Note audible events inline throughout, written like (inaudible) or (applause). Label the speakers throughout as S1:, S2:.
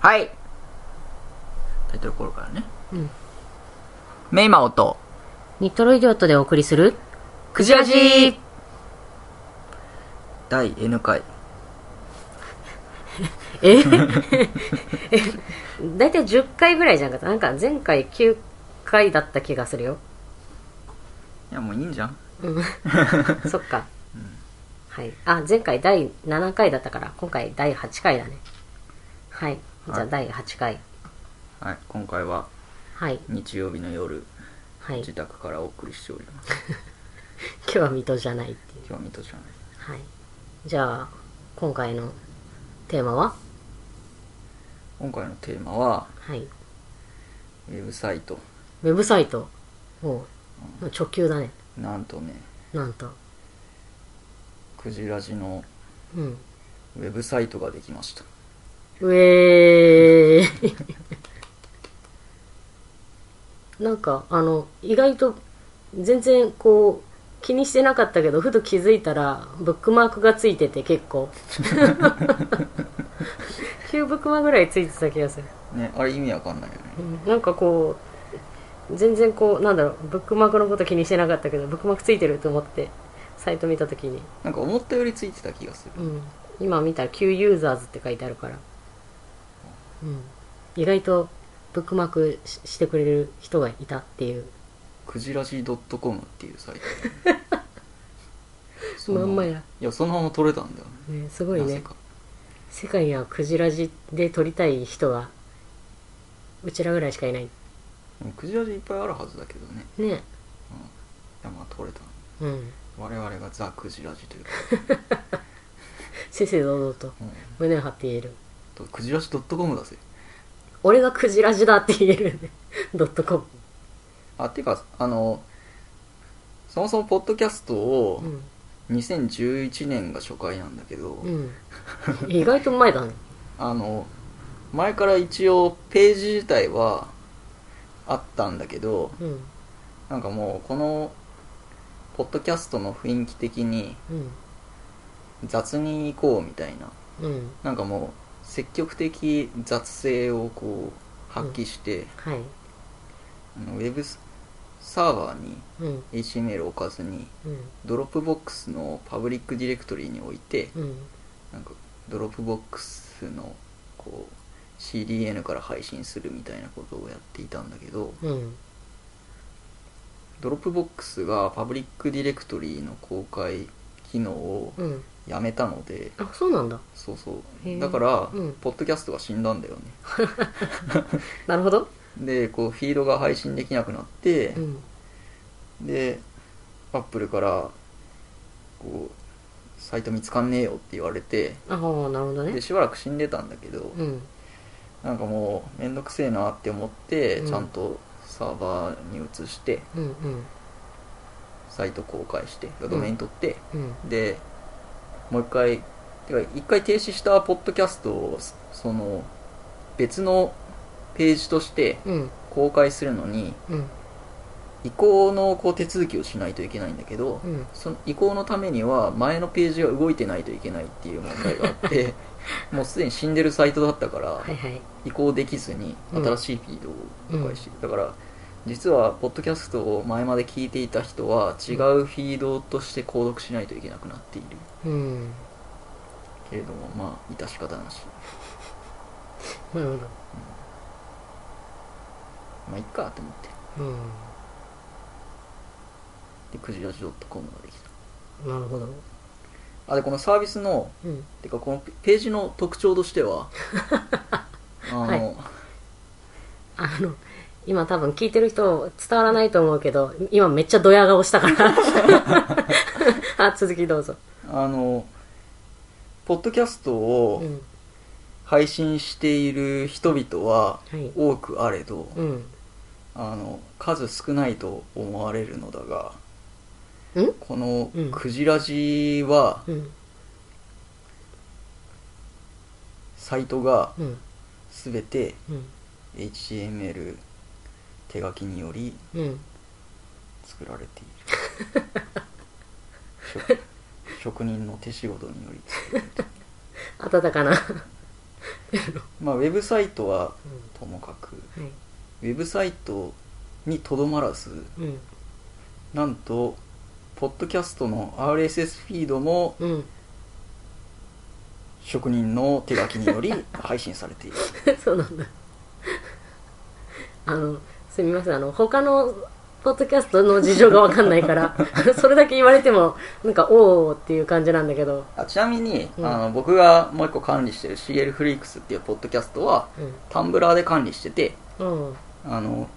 S1: はいタイトルコールからね。
S2: うん
S1: メイマオと、
S2: ニットロイディオットでお送りする
S1: クジラジ第 N 回。
S2: (laughs) ええ大体10回ぐらいじゃなかったなんか前回9回だった気がするよ。
S1: いや、もういいんじゃん。
S2: そっか。はい。あ、前回第7回だったから、今回第8回だね。はい。じゃ
S1: は
S2: あ
S1: い
S2: 第8回。
S1: はい、今回は
S2: はい。
S1: 日曜日の夜、
S2: はい。
S1: 自
S2: 今
S1: 宅からお送りしております。
S2: 日は水戸じゃないっていう。
S1: 今日は水戸じゃない。
S2: はい。じゃあ、今回のテーマは
S1: 今回のテーマは、
S2: はい。
S1: ウェブサイト。
S2: ウェブサイト。もう、もう直球だね。
S1: なんとね、
S2: なんと。
S1: クジラジの
S2: うん。
S1: ウェブサイトができました。
S2: うえー (laughs) なんかあの意外と全然こう気にしてなかったけどふと気づいたらブックマークがついてて結構 (laughs) 9ブックマークぐらいついてた気がする、
S1: ね、あれ意味わかんないよね。
S2: うんなんかこう全然こうなんだろうブックマークのこと気にしてなかったけどブックマークついてると思ってサイト見た時に、
S1: なんか思ったよりついてた気がする。
S2: うん、今見たら Q ユーザーズって書いてあるから、うん、意外とブックマークししてくれる人がいたっていう
S1: クジラジ .com っていう
S2: (laughs)
S1: サイト。そ
S2: まんまや、ね、
S1: いや、そのまま取れたんだよね。
S2: すごい
S1: なぜ
S2: ね
S1: か
S2: 世界にはクジラジで撮りたい人がうちらぐらいしかいない
S1: うんクジラジいっぱいあるはずだけどね。う
S2: ね
S1: ん、いや、まあ取れた。
S2: うん
S1: 我々がザ・クジラジと
S2: (laughs)
S1: いうか、
S2: せせ堂々と
S1: うん
S2: 胸を張って言える
S1: とクジラジ .com だぜ。
S2: 俺がクジラジだって言える (laughs) よねドットコム
S1: あ、っていうか、あの、そもそもポッドキャストを
S2: うん、
S1: 2011年が初回なんだけど、
S2: うん、意外と前だね
S1: あの、前から一応ページ自体はあったんだけど、
S2: うん
S1: なんかもうこの、ポッドキャストの雰囲気的に
S2: うん
S1: 雑に行こうみたいな、
S2: うん
S1: なんかもう積極的雑性をこう発揮して、
S2: はい
S1: あのウェブサーバーに
S2: うん
S1: HTML を置かずに
S2: うん
S1: ドロップボックスのパブリックディレクトリーに置いて
S2: うん
S1: なんかドロップボックスのこう CDN から配信するみたいなことをやっていたんだけど
S2: うん
S1: ドロップボックスがパブリックディレクトリーの公開機能を
S2: うん
S1: やめたので
S2: あそうなんだ
S1: そうそう
S2: へー
S1: だから、
S2: うん
S1: ポッドキャストが死んだんだよね
S2: なるほど
S1: でこうフィードが配信できなくなって
S2: う、ん
S1: でアップルからこうサイト見つかんねえよって言われて
S2: ああなるほどね
S1: でしばらく死んでたんだけど、
S2: うん
S1: なんかもうめんどくせえなって思って、
S2: うん
S1: ちゃんとサーバーに移して
S2: うんうん
S1: サイト公開してドメイン取って、
S2: うん
S1: でもう一回てか一回停止したポッドキャストをそその別のページとして
S2: うん
S1: 公開するのに
S2: うん
S1: 移行のこう手続きをしないといけないんだけど、
S2: うん
S1: その移行のためには前のページが動いてないといけないっていう問題があって
S2: (laughs)
S1: もうすでに死んでるサイトだったから
S2: はいはい
S1: 移行できずに
S2: うん
S1: 新しいフィードを公開して、だから実はポッドキャストを前まで聞いていた人は違うフィードとして購読しないといけなくなっている
S2: うん
S1: けれどもまあ致し方なし
S2: なるほ
S1: まあいっかと思って
S2: どうん
S1: でクジラジ .com ができ
S2: なるほど
S1: たあでこのサービスの
S2: うん
S1: てかこのページの特徴として
S2: (laughs)
S1: はあの、
S2: はいあの今多分聞いてる人伝わらないと思うけど今めっちゃドヤ顔したから (laughs) あ続きどうぞ
S1: あのポッドキャスト
S2: う
S1: を
S2: ん
S1: 配信している人々は
S2: はい
S1: 多くあれど、
S2: うん
S1: あの数少ないと思われるのだが
S2: ん
S1: この
S2: うん
S1: クジラジは
S2: うん
S1: サイトが
S2: うん
S1: 全て
S2: うん
S1: HTML 手書きにより
S2: うん
S1: 作られて
S2: (laughs)
S1: いる職職人の手仕事により作られている
S2: 温かなってるの、
S1: まあウェブサイトは
S2: う
S1: ともかく
S2: んはい
S1: ウェブサイトにとどまらず
S2: うん
S1: なんとポッドキャストの RSS フィードも
S2: うん、
S1: 職人の手書きにより配信され
S2: (laughs)
S1: ている
S2: そうなんだあのすみませんあの他のポッドキャストの事情がわかんないから (laughs) それだけ言われてもなんかおおっていう感じなんだけど、
S1: あちなみに、
S2: うん
S1: あの僕がもう一個管理してる CL フリークスっていうポッドキャストはタンブラーで管理してて
S2: うんうん
S1: あの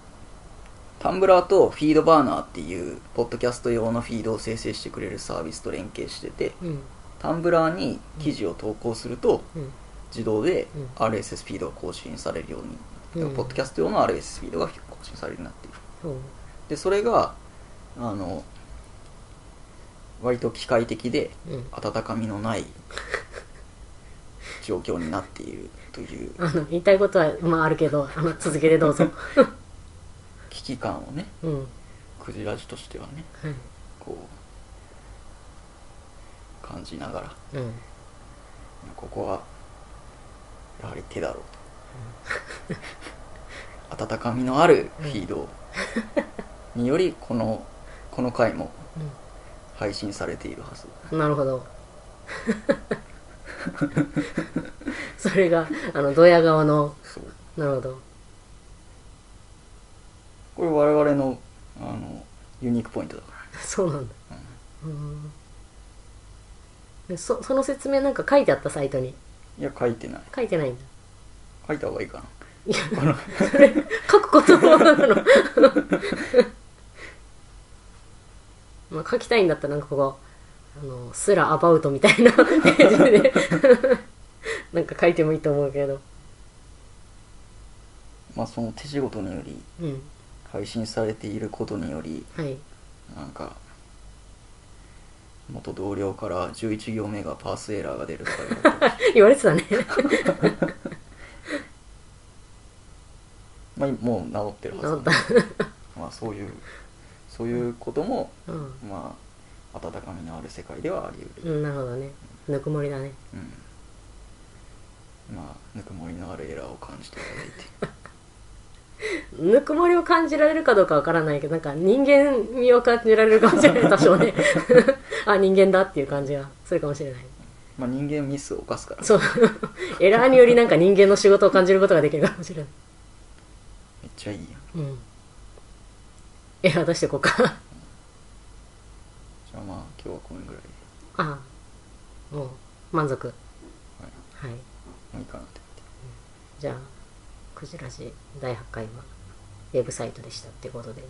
S1: タンブラーとフィードバーナーっていうポッドキャスト用のフィードを生成してくれるサービスと連携してて
S2: うん
S1: タンブラーに記事を投稿すると
S2: うん
S1: 自動で
S2: うん
S1: RSS フィードが更新されるように、
S2: うん
S1: ポッドキャスト用の RSS フィードが更新されるようになっている
S2: そう
S1: でそれがあの割と機械的で
S2: うん
S1: 温かみのない状況になっているという
S2: あの言いたいことは、まあ、あるけどあの続けて
S1: (laughs)
S2: どうぞ
S1: 危機感をね
S2: うんはい
S1: クジラジとしてはねこう感じながら
S2: うん
S1: ここはやはり手だろうと温かみのあるフィードによりこのこの回も配信されているはず
S2: うんなる
S1: (laughs)
S2: ほどそれがあのドヤ顔の
S1: そう
S2: なるほど
S1: これ我々のあのユニークポイントだから
S2: (laughs) そうなんだうんでそその説明なんか書いてあったサイトに
S1: いや書いてない
S2: 書いてないんだ
S1: 書いた方がいいかない
S2: や
S1: この
S2: それ書くこともなの (laughs) まあ書きたいんだったらなんかここあのスラアバウトみたいな (laughs) ページでなんか書いてもいいと思うけど
S1: まあその手仕事により
S2: うん
S1: 配信されていることにより
S2: はい
S1: なんか元同僚から11行目がパースエラーが出るとか言われて
S2: 言われてたね
S1: まあもう治ってるはずなんで
S2: 治
S1: (laughs) まあそういうそういうことも
S2: うん
S1: まあ温かみのある世界ではあり得る、
S2: うんなるほどねぬくもりだね
S1: うん、まあぬくもりのあるエラーを感じていただいて
S2: ぬくもりを感じられるかどうかわからないけどなんか人間味を感じられるかもしれない多少ねあ人間だっていう感じがするかもしれない
S1: まあ人間ミスを犯すから
S2: そうエラーによりなんか人間の仕事を感じることができるかもしれない
S1: めっちゃいいやんじ
S2: うんエラー出していこうか
S1: ゃあまあ今日はこのぐらいで
S2: ああもう満足
S1: はい
S2: はい
S1: もういいかなって
S2: じゃあクジラジ第8回はウェブサイトでしたってことで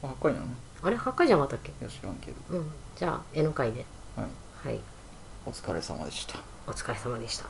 S1: 思ってあ8回なのい
S2: あれ8回じゃなかったっけ
S1: や知らんけど
S2: うんじゃあ絵の回で
S1: はい
S2: はい
S1: お疲れ様でした
S2: お疲れ様でした